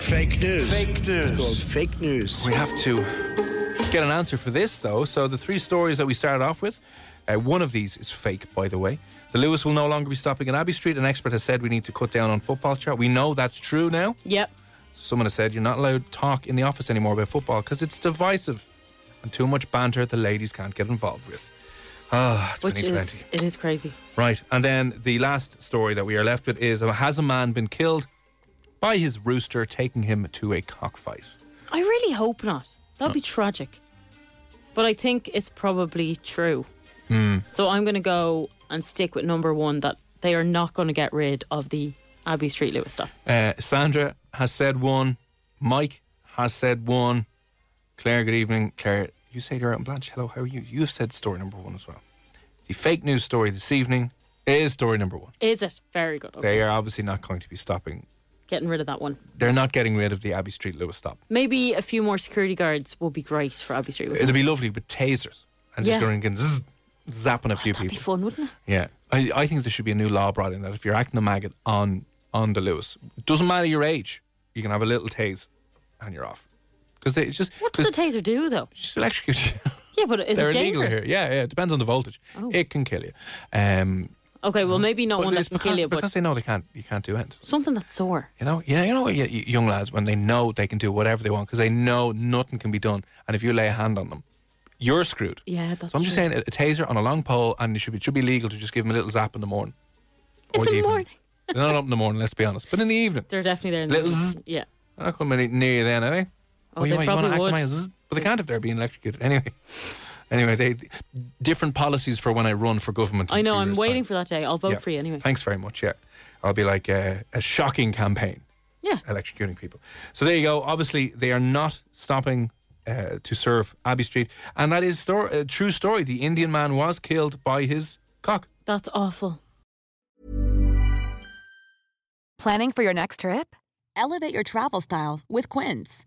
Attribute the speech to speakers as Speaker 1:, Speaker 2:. Speaker 1: Fake news.
Speaker 2: Fake news.
Speaker 1: It's called fake news.
Speaker 3: We have to get an answer for this, though. So the three stories that we started off with, uh, one of these is fake, by the way. The Lewis will no longer be stopping at Abbey Street. An expert has said we need to cut down on football chat. We know that's true now.
Speaker 4: Yep.
Speaker 3: Someone has said you're not allowed to talk in the office anymore about football because it's divisive and too much banter the ladies can't get involved with. Ah,
Speaker 4: Which
Speaker 3: 2020.
Speaker 4: is it is crazy.
Speaker 3: Right. And then the last story that we are left with is uh, Has a man been killed by his rooster taking him to a cockfight?
Speaker 4: I really hope not. That'd be tragic. But I think it's probably true.
Speaker 3: Hmm.
Speaker 4: So I'm going to go and stick with number one that they are not going to get rid of the Abbey Street Lewis stuff.
Speaker 3: Uh, Sandra has said one. Mike has said one. Claire, good evening. Claire, you say you're out in Blanche. Hello, how are you? You've said story number one as well. The fake news story this evening is story number one.
Speaker 4: Is it? Very good. Okay.
Speaker 3: They are obviously not going to be stopping.
Speaker 4: Getting rid of that one.
Speaker 3: They're not getting rid of the Abbey Street Lewis stop.
Speaker 4: Maybe a few more security guards will be great for Abbey Street. wouldn't
Speaker 3: It'll be lovely with tasers and
Speaker 4: Yeah. Oh,
Speaker 3: just going and zzz, zapping a few
Speaker 4: That'd be
Speaker 3: people.
Speaker 4: fun, wouldn't it?
Speaker 3: Yeah, I, I think there should be a new law brought in that if you're acting a maggot on on the Lewis, doesn't matter your age, you can have a little tase, and you're off. Because they it's just
Speaker 4: What does a taser do, though?
Speaker 3: just electrocute you.
Speaker 4: Yeah, but is
Speaker 3: They're
Speaker 4: it
Speaker 3: illegal
Speaker 4: dangerous? Oh.
Speaker 3: here. Yeah, yeah. It depends on the voltage. It can kill you. Um,
Speaker 4: Okay, well, maybe not
Speaker 3: but
Speaker 4: one
Speaker 3: it's
Speaker 4: that can
Speaker 3: because,
Speaker 4: kill you, but
Speaker 3: because they know they can't. You can't do it.
Speaker 4: something that's sore.
Speaker 3: You know. Yeah. You know. y- y- Young lads when they know they can do whatever they want because they know nothing can be done, and if you lay a hand on them, you're screwed.
Speaker 4: Yeah, that's
Speaker 3: So I'm just
Speaker 4: true.
Speaker 3: saying a, a taser on a long pole, and it should be it should be legal to just give them a little zap in the morning.
Speaker 4: In the
Speaker 3: evening.
Speaker 4: morning.
Speaker 3: They're not up in the morning, let's be honest. But in the evening,
Speaker 4: They're definitely there in
Speaker 3: Little
Speaker 4: the
Speaker 3: zzz.
Speaker 4: Yeah.
Speaker 3: they're not coming any near you then, are they?
Speaker 4: Oh,
Speaker 3: you,
Speaker 4: they
Speaker 3: might- you
Speaker 4: probably
Speaker 3: wanna
Speaker 4: would.
Speaker 3: act my zzz, but they can't if they're being electrocuted anyway. Anyway, they different policies for when I run for government. in
Speaker 4: I
Speaker 3: a
Speaker 4: know,
Speaker 3: few
Speaker 4: I'm
Speaker 3: years'
Speaker 4: waiting
Speaker 3: time.
Speaker 4: for that day. I'll vote
Speaker 3: Yeah.
Speaker 4: for you anyway.
Speaker 3: Thanks very much. Yeah, I'll be like uh, a shocking campaign
Speaker 4: Yeah.
Speaker 3: electrocuting people. So there you go. Obviously, they are not stopping uh, to serve Abbey Street, and that is stor- a true story. The Indian man was killed by his cock.
Speaker 4: That's awful.
Speaker 5: Planning for your next trip?
Speaker 6: Elevate your travel style with Quince.